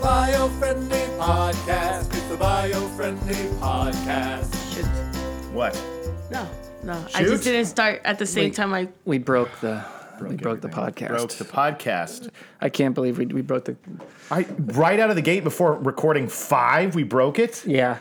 bio-friendly podcast. It's the bio-friendly podcast. Shoot. What? No, no. I just Shoot. didn't start at the same time I We broke the we broke the podcast. Broke the podcast. I can't believe we, we broke the I right out of the gate before recording five, we broke it. yeah.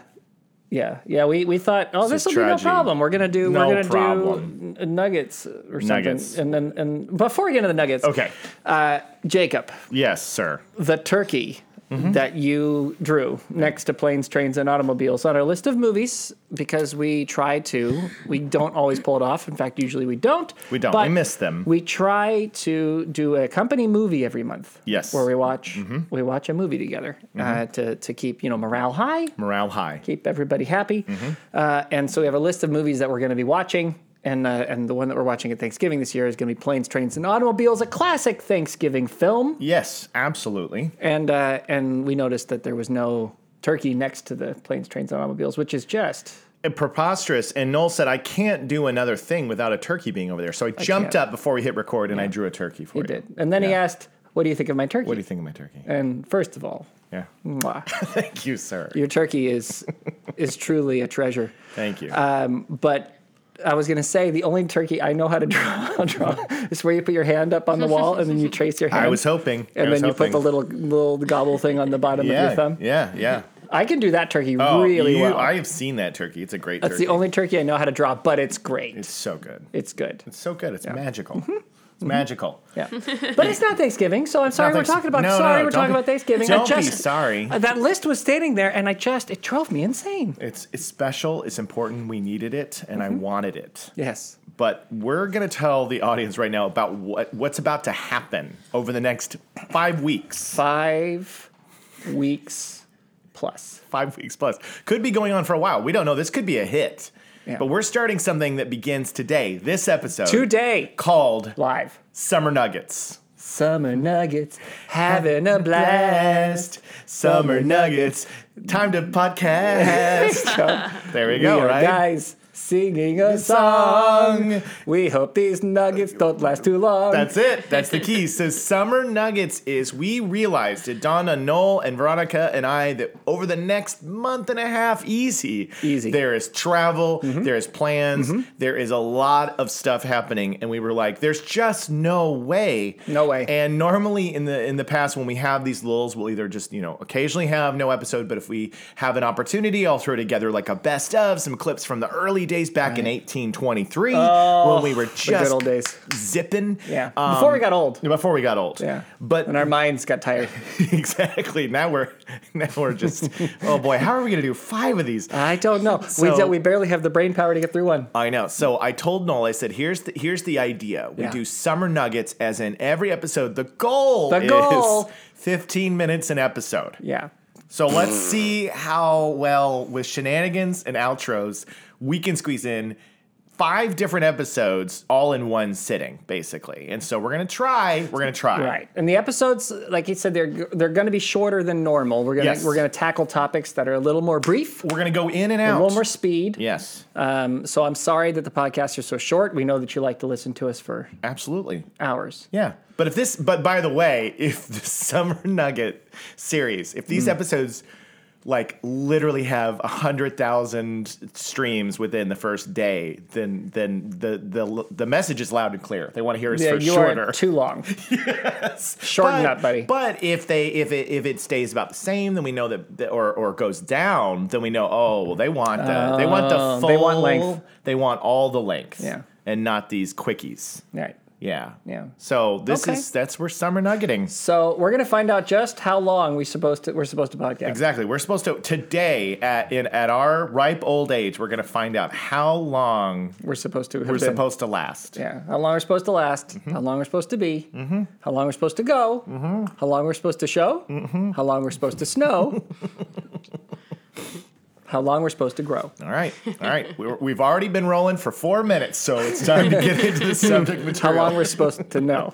Yeah, yeah. We, we thought, oh, this This will is be no tragedy. problem. We're gonna do No we're gonna problem. do n- nuggets or something. Nuggets. And then and before we get into the nuggets, uh, Okay. Jacob, Yes, sir. the turkey Mm-hmm. that you drew next to planes, trains, and automobiles on our list of movies because we try to. We don't always pull it off. In fact, usually we don't. We don't. But we missed them. We try to do a company movie every month. Yes. Mm-hmm. where we watch we watch a movie together uh, to to keep you know morale high, Morale high. keep everybody happy, Mm-hmm. uh, and so we have a list of movies that we're going to be watching. And, uh, and the one that we're watching at Thanksgiving this year is going to be Planes, Trains, and Automobiles, a classic Thanksgiving film Yes, absolutely. and uh, and we noticed that there was no turkey next to the planes, trains, and automobiles, which is just And preposterous. And Noel said, I can't do another thing without a turkey being over there. So I jumped can't. up before we hit record and I drew a turkey for he you. did. Uh, And then he Yeah. asked, "What do you think of my turkey?" What do you think of my turkey? and first of all, Yeah. mwah, Thank you, sir. your turkey is is truly a treasure. Thank you. um, But I was gonna say the only turkey I know how to draw, draw is where you put your hand up on the wall and then you trace your hand. I was hoping. I And was then you put hoping. the little little gobble thing on the bottom of yeah, your thumb. yeah, yeah. I can do that turkey Oh, really you- well. I have seen that turkey. It's a great That's turkey. the only turkey I know how to draw, but it's great. it's so good. it's good. It's so good. It's magical. Mm-hmm. It's magical. Yeah. But it's not Thanksgiving, so I'm sorry we're thanks- talking about no, sorry no, we're don't talking be- about Thanksgiving. I Don't just be sorry. uh, that list was standing there and I just it drove me insane. It's it's special. It's important. We needed it, and Mm-hmm. I wanted it. Yes. But we're gonna tell the audience right now about what what's about to happen over the next five weeks. 5 weeks plus. Five weeks plus could be going on for a while. We don't know. This could be a hit. Yeah. But we're starting something that begins today, this episode, Today called live. Summer Nuggets. Summer nuggets having a Blast blast. Summer Nuggets. Time to podcast. there we go, We are right? Guys singing a song. Song. We hope these nuggets don't last too long. That's it. That's the key. So Summer Nuggets is we realized it dawned on Noel and Veronica and I that over the next month and a half, easy. Easy. Mm-hmm. There is travel, there is plans, there is a lot of stuff happening. And we were like, there's just no way. No way. And normally in the in the past when we have these lulls, we'll either just, you know, occasionally have no episode, but if we have an opportunity, I'll throw together like a best of, some clips from the early days back in 1823 when we were Oh, the good just old days. zipping. Yeah. Um, Before we got old. Before we got old. Yeah. But And our minds got tired. exactly. Now we're now we're just oh boy, how are we gonna do five of these? I don't know. we So- don't, we barely have the brain power to get through one. I know. So I told Noel, I said, here's the here's the idea. We Yeah. do summer nuggets as in every episode. The goal The is goal. 15 minutes an episode. Yeah. So let's see how well with shenanigans and outros we can squeeze in five different episodes all in one sitting, basically. And so we're gonna try. We're gonna try. Right, and the episodes, like you said, they're they're going to be shorter than normal. We're gonna Yes. we're gonna tackle topics that are a little more brief, We're gonna go in and a out. little more speed. Yes, Um, so I'm sorry that the podcasts are so short. We know that you like to listen to us for absolutely. hours. Yeah. But if this, but by the way, if the Summer Nugget series, if Mm. these episodes like literally have a hundred thousand streams within the first day, then then the the the message is loud and clear. They want to hear us Yeah, for you shorter. are too long. Shorten but, up, buddy. But if they if it if it stays about the same, then we know that that- or or goes down, then we know. Oh, well, they want the they want the full Oh, they want length. They want all the length. Yeah. and not these quickies. right. Yeah. Yeah. So this Okay. is that's where summer nuggeting. So we're gonna find out just how long we supposed to we're supposed to podcast. Exactly. We're supposed to today at in at our ripe old age, we're gonna find out how long We're supposed to. Have we're been- supposed Mm-hmm. to last. Yeah. How long we're supposed to last? How long we're supposed to be? Mm-hmm. How long we're supposed to go? How long we're supposed to show? Mm-hmm. How long we're supposed to snow? how long we're supposed to grow? All right. All right. We're, we've already been rolling for four minutes, so it's time to get into the subject How material. long we're supposed to know?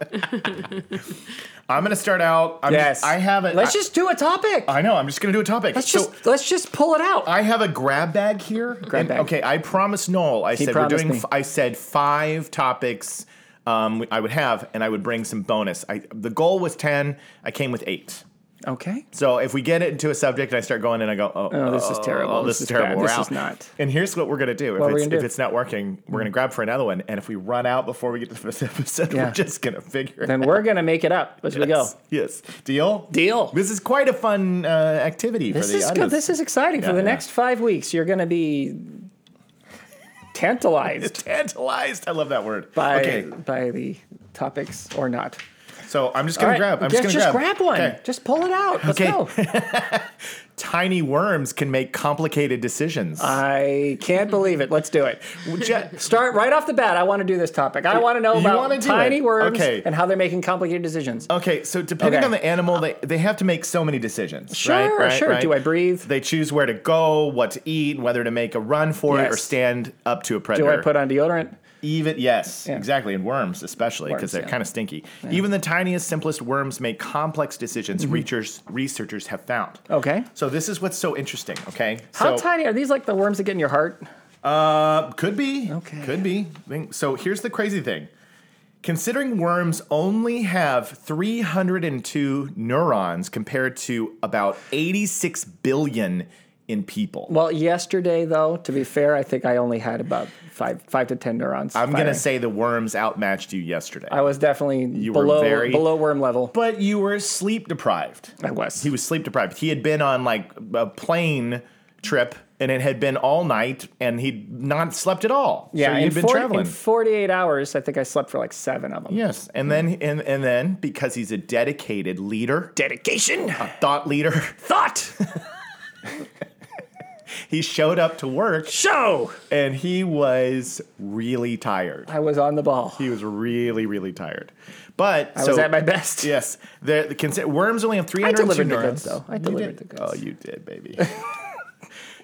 I'm gonna start out. I'm yes. Just, I have a. Let's I- just do a topic. I know. I'm just gonna do a topic. let's Uh, so, Uh, just let's just pull it out. I have a grab bag here. Grab bag. Okay, I promised Noel. I said we're promised doing. me. F- I said five topics. Um, I would have, and I would bring some bonus. I the goal was ten. I came with eight. Okay. So if we get it into a subject and I start going and I go, oh, Oh, this is terrible. oh, this, is terrible. Bad. We're This out. is not. And here's what we're gonna do. If, What are we it's, gonna if do? it's not working, we're gonna grab for another one. And if we run out before we get to the fifth episode, Yeah. we're just gonna figure it Then we're gonna make it up as we out. go. Yes. Deal. Deal. This is quite a fun uh, activity This for the is audience. good. This is exciting. Yeah, For the yeah. next five weeks, you're gonna be tantalized tantalized. I love that word. by okay. by the topics or not. So I'm just All gonna right, grab. I'm just, just gonna just grab. one. Okay. Just pull it out. Let's Okay. go. Tiny worms can make complicated decisions. Uh, I can't believe it. Let's do it. Je- Start right off the bat. I want to do this topic. I want to know You about wanna do tiny it? worms Okay. and how they're making complicated decisions. Okay, so depending Okay. Uh, on the animal, they, they have to make so many decisions. Sure, right, right, sure. right. Do I breathe? They choose where to go, what to eat, whether to make a run for it or Yes. stand up to a do predator. I put on deodorant? even yes, Yeah. exactly, and worms especially because Worms, they're yeah. Mm-hmm. kind of stinky. Even the tiniest, simplest worms make complex decisions. Researchers researchers have found. Okay. So this is what's so interesting. Okay, How so, tiny are these? Like the worms that get in your heart? Uh, could be. Okay. Could be. So here's the crazy thing. Considering worms only have 302 neurons compared to about 86 billion in people. Well, yesterday though, to be fair, I think I only had about five five to ten neurons. I'm going firing. to say the worms outmatched you yesterday. I was definitely were below very- below worm level. but you were sleep deprived. I was. He was sleep deprived. He had been on like a plane trip and it had been all night and he'd not slept at all. yeah, So he'd in, been 40 traveling. in 48 hours, I think I slept for like seven of them. Yes, and then and, and then because he's a dedicated leader, Dedication, thought leader, thought, he showed up to work show. and he was really tired. I was on the ball. He was really really tired. But I was at my best. Yes, the, the consi- worms only have 302 delivered the goods, neurons. though. I You delivered did. the goods. Oh, you did, baby.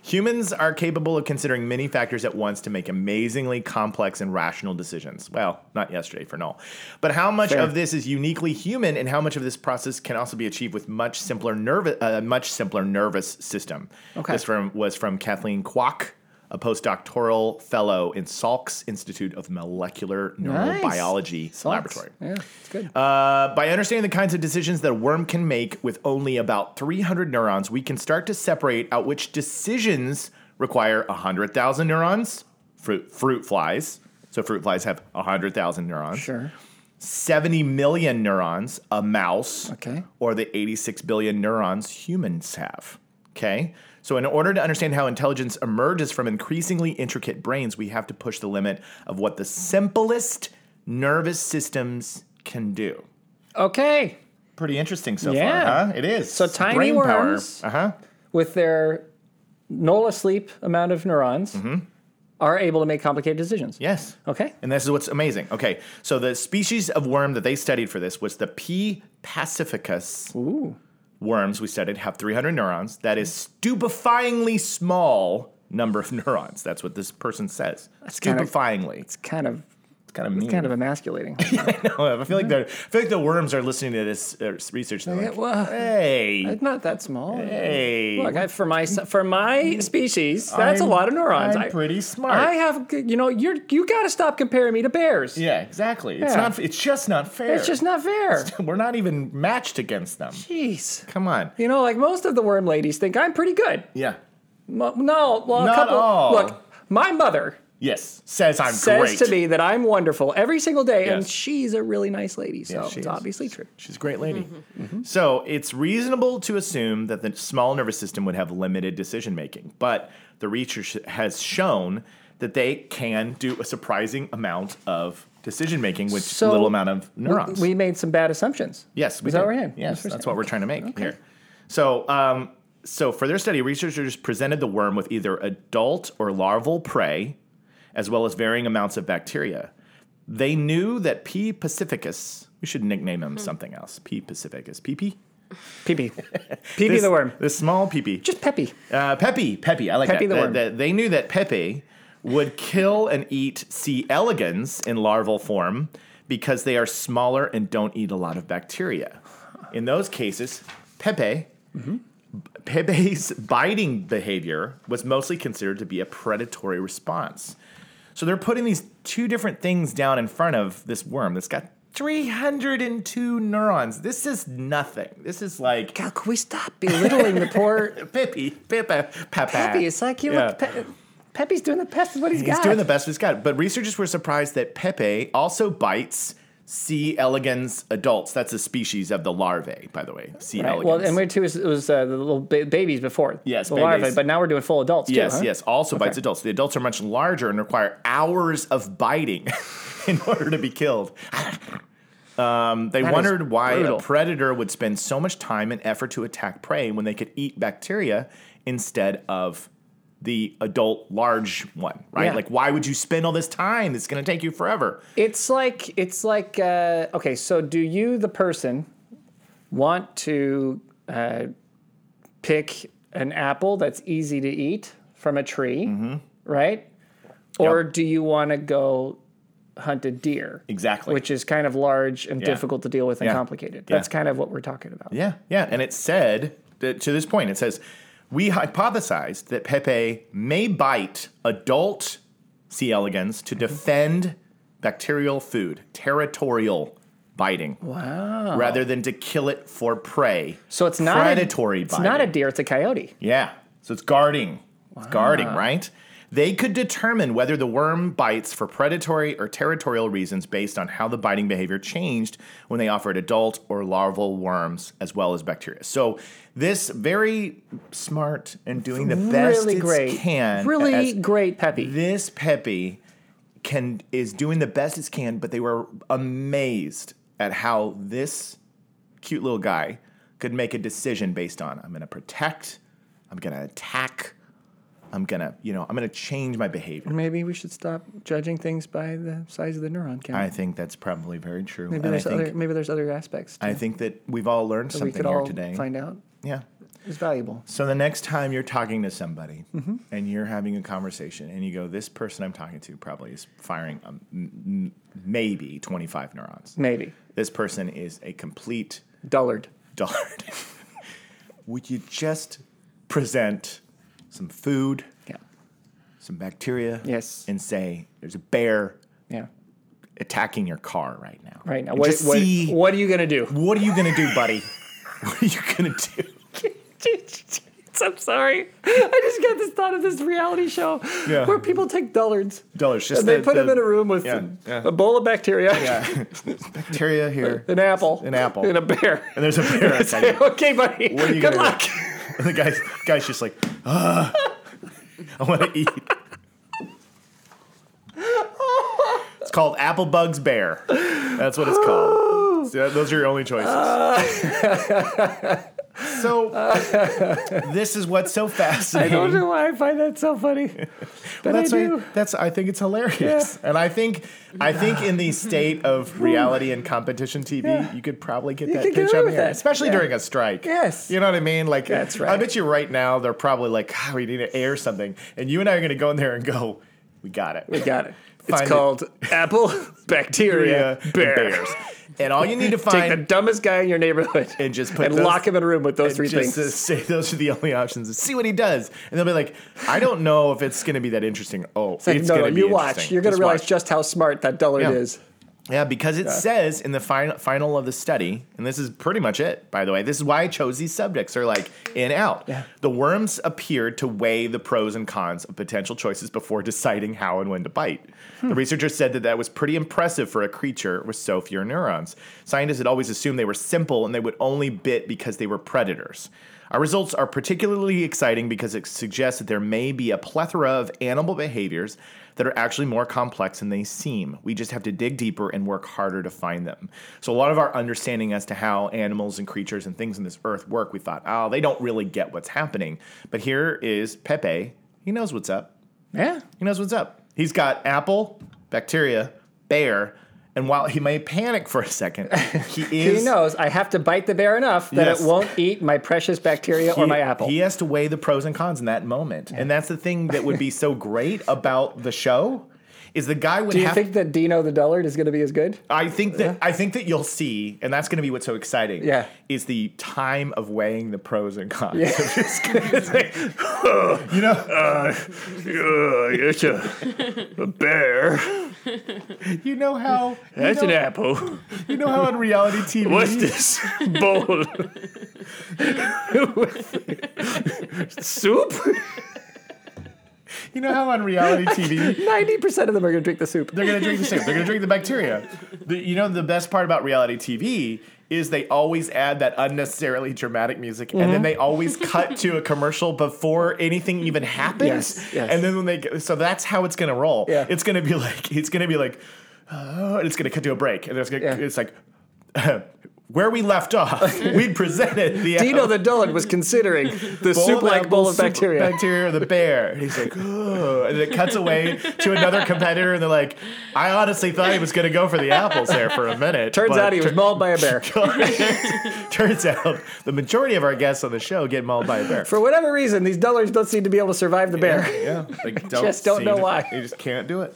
Humans are capable of considering many factors at once to make amazingly complex and rational decisions. Well, not yesterday for Null. But how much Fair. of this is uniquely human and how much of this process can also be achieved with much simpler nervous uh, much simpler nervous system. Okay. This from was from Kathleen Kwok, a postdoctoral fellow in Salk's Institute of Molecular Nice. Neurobiology Laboratory. Yeah, it's good. Uh, by understanding the kinds of decisions that a worm can make with only about 300 neurons, we can start to separate out which decisions require 100,000 neurons, fruit, fruit flies. So fruit flies have 100,000 neurons, sure. 70 million neurons, a mouse, Okay. or the 86 billion neurons humans have. Okay? So, in order to understand how intelligence emerges from increasingly intricate brains, we have to push the limit of what the simplest nervous systems can do. Okay. Pretty interesting so Yeah. far, huh? It is. So tiny Brain worms- Power. Uh-huh. With their null asleep amount of neurons, Mm-hmm. are able to make complicated decisions. Yes. Okay. And this is what's amazing. Okay. So the species of worm that they studied for this was the P. pacificus. Worms we studied have 300 neurons. That is stupefyingly small number of neurons. That's what this person says. kinda- stupefyingly. it's It's kind of kind of mean. kind of emasculating. I mm-hmm. feel like the I feel like the worms are listening to this uh, research. And they're like, well, hey, It's not that small. hey, Look, I, for my for my species, that's Mm-hmm. a I'm- lot of neurons. I'm I- pretty smart. I have, you know, you're you got to stop comparing me to bears. yeah, exactly. It's Yeah. not. It's just not fair. It's just not fair. We're not even matched against them. Jeez. Come on. You know, like most of the worm ladies think I'm pretty good. Yeah. Mo- No, well, a Not couple. all. Look, my mother Yes. Says I'm says great. to me that I'm wonderful every single day, and Yes. she's a really nice lady. So Yes, she is. it's obviously true. She's a great lady. Mm-hmm. Mm-hmm. So it's reasonable to assume that the small nervous system would have limited decision making, but the research has shown that they can do a surprising amount of decision making with So little amount of we- neurons. We, made some bad assumptions. Yes, we Is that did. what we're in? Yes, That's what we're that's saying. what we're trying to make here. So, um, so for their study, researchers presented the worm with either adult or larval prey, as well as varying amounts of bacteria. They knew that P. pacificus. We should nickname Hmm. him something else. P. pacificus. PP. Pee-pee. Pee-pee the worm. The small PP. Just Peppy. Uh, Pepe. Pepe. I like Pepe that. the That- worm. that- they knew that Pepe would kill and eat C. elegans in larval form because they are smaller and don't eat a lot of bacteria. In those cases, Pepe. Pepe's biting behavior was mostly considered to be a predatory response. So they're putting these two different things down in front of this worm that's got 302 neurons. This is nothing. This is like How can we stop belittling the poor Pippi, Pippa, Papa. Peppy? It's like you look. Pe- Peppy's doing the best of what He's got. doing the best he's got. But researchers were surprised that Pepe also bites C. elegans adults. That's a species of the larvae, by the way. C. Right. elegans. Well, and we're too is it was uh, the little ba- babies before. Yes, the larvae, babies. but now we're doing full adults too. Yes, huh? yes. Also bites adults. The adults are much larger and require hours of biting in order to be killed. Um, they is wondered why brutal. a predator would spend so much time and effort to attack prey when they could eat bacteria instead of the adult large one, right? Yeah. Like, why would you spend all this time? It's going to take you forever. It's like it's like uh, okay. So do you, the person, want to uh, pick an apple that's easy to eat from a tree, Mm-hmm. right? Or do you want to go hunt a deer? Exactly. Which is kind of large and Yeah. difficult to deal with and Yeah. complicated. Yeah. That's kind of what we're talking about. Yeah, yeah. And it said, that, to this point, it says, we hypothesized that Pepe may bite adult C. elegans Mm-hmm. to defend bacterial food, territorial biting, Wow. rather than to kill it for prey. So it's not predatory A, it's biting. not a deer. It's a coyote. Yeah. So it's guarding. It's guarding, right? They could determine whether the worm bites for predatory or territorial reasons based on how the biting behavior changed when they offered adult or larval worms as well as bacteria. So this very smart and doing the best really it great. can. really as- great, Peppy. this Pepe can is doing the best it can, but they were amazed at how this cute little guy could make a decision based on I'm gonna protect, I'm gonna attack, I'm gonna, you know, I'm gonna change my behavior. Maybe we should stop judging things by the size of the neuron count. I think that's probably very true. maybe and I there's think other maybe there's other aspects I think that we've all learned that we something could here all today. find out. Yeah. It's valuable. So the next time you're talking to somebody Mm-hmm. and you're having a conversation and you go, this person I'm talking to probably is firing um, m- m- maybe 25 neurons. Maybe This person is a complete dullard. dullard. Would you just present some food, Yeah. some bacteria, Yes. and say, there's a bear Yeah. attacking your car right now. Right now, And what just what, see, what, what are you gonna do? are you going to do, buddy? what are you going to do? I'm sorry. I just got this thought of this reality show Yeah. where people take dullards. Dullards, just and they the- put them the- in a room with yeah, a bowl of bacteria, Bacteria here. an apple, An apple. and a bear. And there's a bear attacking Say, okay, buddy. What are you Good gonna luck. do?" And the guy's, guy's just like, "Ugh, I want to eat. it's called Apple Bugs Bear. That's what it's called. So those are your only choices. so this is what's so I fascinating. don't know why I find that so funny. But That's I why- do. that's I think it's hilarious, and I think I think in the state of reality and competition TV, you could probably get that could get pitch away up with here, that. especially Yeah. during a strike. Yes. you know what I mean. Like That's I right. bet you right now they're probably like, "God, we need to air something," and you and I are going to go in there and go, "We got it, We got it. It's Find it. called apple bacteria And bear. bears." And all you need to Take the find dumbest guy in your neighborhood And just put and those- lock him in a room with those and three just things. to say those are the only options. and See what he does, and they'll be like, "I don't know if it's going to be that interesting." Oh, it's, Like, no, no, going to be you watch. interesting. You're going to Just realize watch. just how smart that dullard Yeah. is. Yeah, because it says in the final final of the study, and this is pretty much it, by the way. This is why I chose these subjects. They're like in out. Yeah. The worms appeared to weigh the pros and cons of potential choices before deciding how and when to bite. The researchers said that that was pretty impressive for a creature with so few neurons. Scientists had always assumed they were simple and they would only bit because they were predators. Our results are particularly exciting because it suggests that there may be a plethora of animal behaviors that are actually more complex than they seem. We just have to dig deeper and work harder to find them. So, a lot of our understanding as to how animals and creatures and things in this earth work, we thought, oh, they don't really get what's happening. But here is Pepe. He knows what's up. Yeah. He knows what's up. He's got apple, bacteria, bear, and while he may panic for a second, he is. He knows I have to bite the bear enough that Yes. it won't eat my precious bacteria he- or my apple. He has to weigh the pros and cons in that moment. And that's the thing that would be so great about the show is the guy would Do you have. think that Dino the Dullard is going to be as good? I think that I think that you'll see, and that's going to be what's so exciting. Yeah. is the time of weighing the pros and cons. Yeah. you know, it's a, a bear. you know how you That's an know, apple. you know how on reality TV. What's this bowl? Soup? You know how on reality TV 90% of them are going to drink the soup. They're gonna drink the soup. They're gonna drink the bacteria. The- you know the best part about reality TV is they always add that unnecessarily dramatic music, and Mm-hmm. then they always cut to a commercial before anything even happens. Yes, yes. And then when they go- so that's how it's gonna roll. Yeah. It's gonna be like it's gonna be like, oh, and it's gonna cut to a break, and it's gonna Yeah. it's like. Where we left off, we presented the Dino the Dullard was considering the bowl soup of like apple bowl of soup- bacteria. Bacteria or the bear. And he's like, oh. And it cuts away to another competitor, and they're like, I honestly thought he was going to go for the apples there for a minute. Turns but out he was mauled by a bear. Turns out the majority of our guests on the show get mauled by a bear. For whatever reason, these Dullards don't seem to be able to survive the bear. yeah. Like, don't Just don't seem know to- why. They just can't do it.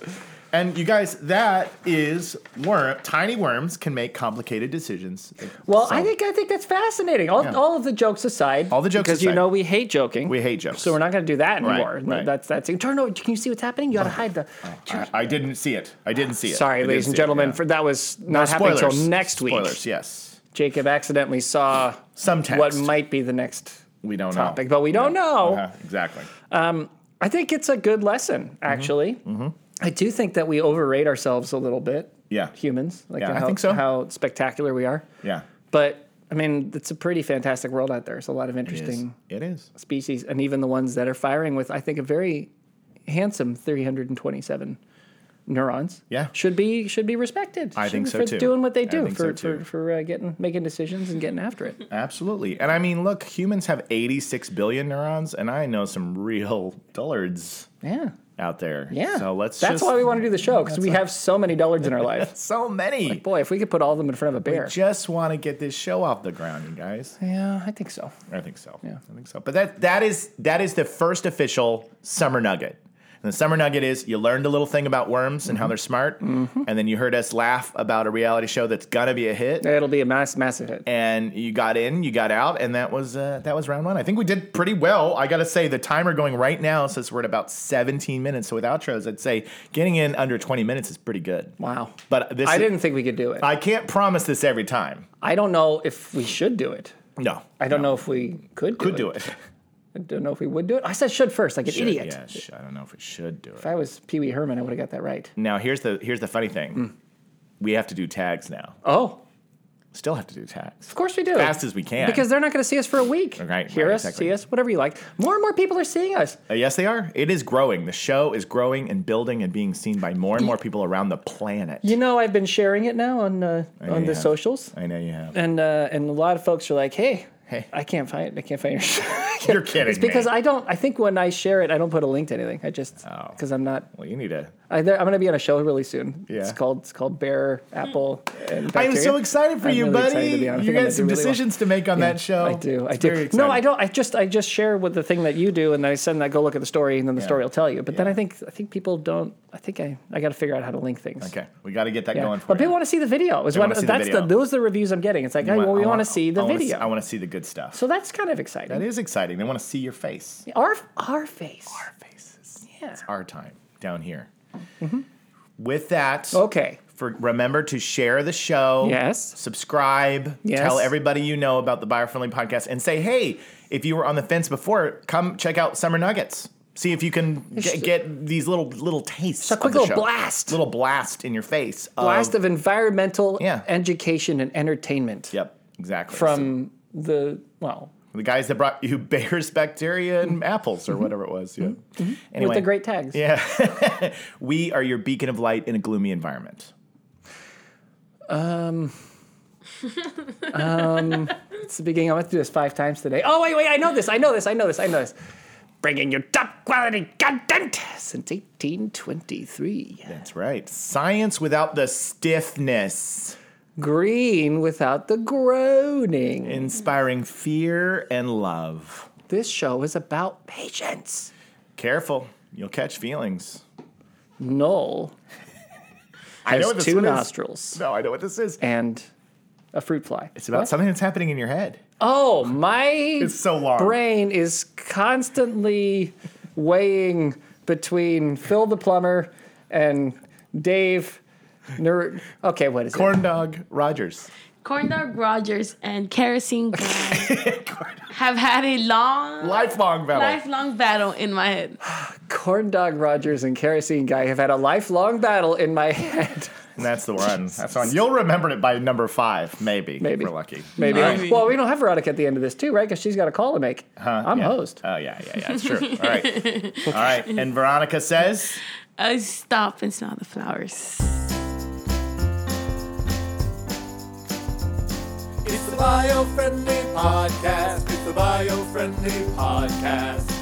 And you guys, that is worm. Tiny worms can make complicated decisions. Well, So, I think I think that's fascinating. All, Yeah. all of the jokes aside, All the jokes because you aside. know we hate joking. we hate jokes. so we're not going to do that Right, anymore. right. That's that's. Turn over. Can you see what's happening? You got to hide the. I, I didn't see it. I didn't see it. I Sorry, didn't ladies and see it, gentlemen, yeah. for that was not happening spoilers. until next week. Spoilers, yes. Jacob accidentally saw Some text. Oh. what might be the next we don't topic, know. but oh. we don't know. Uh-huh, exactly. I think it's a good Mm-hmm. lesson, actually. I do think that we overrate ourselves a little bit, Yeah. humans, like Yeah, how, I think so. how spectacular we are. Yeah. But I mean, it's a pretty fantastic world out there. There's a lot of It is. interesting It is. species, and even the ones that are firing with, I think, a very handsome 327 neurons. Yeah. should be should be respected. I Should- think so, for too. Doing what they I do think for so, too. Uh, for, for uh, getting making decisions and getting after it. Absolutely. And I mean, look, humans have 86 billion neurons, and I know some real dullards Yeah, out there. yeah. So let's That's just. why we want to do the show because we have so many dollars in our life. So many. Boy, if we could put all of them in front of a we bear. just want to get this show off the ground, you guys. Yeah, I think so. I think so. Yeah. I think so. But that that is that is the first official summer nugget. And the summer nugget is you learned a little thing about worms and Mm-hmm. how they're smart, and then you heard us laugh about a reality show that's gonna be a hit. It'll be a mass massive hit. and you got in, you got out, and that was uh, that was round one. I think we did pretty well. I gotta say, the timer going right now says we're at about 17 minutes. So with outros, I'd say getting in under 20 minutes is pretty good. Wow. But this I didn't think we could do it. I can't promise this every time. I don't know if we should do it. No, I don't know if we could do could it. do it. I don't know if we would do it. I said should first, like an Should- idiot. Yeah, sh- I don't know if we should do it. If I was Pee Wee Herman, I would have got that right. Now here's the here's the funny thing. We have to do tags now. Hmm. Oh, Still have to do tags of course we do. fast as we can. Because they're not going to see us for a week. Right, Hear right, us, exactly. see us, whatever you like. More and more people are seeing us. Uh, yes, they are. It is growing. The show is growing and building and being seen by more and more people around the planet. You know, I've been sharing it now on uh, know on you the have. socials, I know you have. and uh, and a lot of folks are like, "Hey, Hey. I can't find I can't find your show." You're kidding It's because me. I don't. I think when I share it, I don't put a link to anything. I just Oh. because I'm not. Well, you need to. I, there, I'm going to be on a show really soon. It's Yeah. called it's called Bear Apple. And I am Bacteria. so excited for I'm you, really buddy. excited to be on. I You think I'm got gonna some do really well. decisions to make on Yeah, that show. I do. I It's very do. No, exciting. I don't. I just I just share with the thing that you do, and then I send that. Go look at the story, and then the Yeah. story will tell you. But then Yeah. I think I think people don't. I think I I got to figure out how to link things. Okay, we got to get that Yeah. going for but you. people want to see the video. Is what wanna see the that's the, video. those are the reviews I'm getting. It's like, hey, well, we I want wanna- to see the I wanna video. I want to see the good stuff. so that's kind of exciting. that is exciting. They want to see your face. our our face. Mm-hmm. Our faces. yeah. It's our time down here. With that, Okay. for remember to share the show. Yes. Subscribe. Yes. Tell everybody you know about the Biofriendly podcast, and say, hey, if you were on the fence before, come check out Summer Nuggets. See if you can get, get these little little tastes. a quick of the little show. blast. little blast in your face. Blast of environmental Uh, Yeah. education and entertainment Yep, exactly. from the well the guys that brought you bears, bacteria, Mm-hmm. and apples, or whatever it was. Yeah. Anyway, with the great tags. Yeah, we are your beacon of light in a gloomy environment. It's the beginning. I'm going to do this five times today. Oh, wait, wait. I know this. I know this. I know this. I know this. Bringing you top quality content since 1823. That's right. Science without the stiffness, Green without the groaning. inspiring fear and love. This show is about patience. Careful, you'll catch feelings. Null I know has what this two one is. nostrils No, I know what this is. and a fruit fly. It's about something that's happening in your head. Oh, my It's so long. brain is constantly weighing between Phil the plumber and Dave. Ner- okay, what is it? Corn dog Rogers. Corn Dog Rogers and Kerosene Guy have had a long, Lifelong battle. lifelong battle in my head. Corn Dog Rogers and Kerosene Guy have had a lifelong battle in my head. And that's the one. That's the one. You'll remember it by number five, maybe. Maybe. If we're lucky. Maybe. Maybe. Well, we don't have Veronica at the end of this too, right? Because she's got a call to make. I'm yeah. host. Oh, yeah, yeah, yeah. That's true. All right. All right. And Veronica says. I Uh, stop and smell the flowers. It's the bio friendly podcast. It's the bio friendly podcast.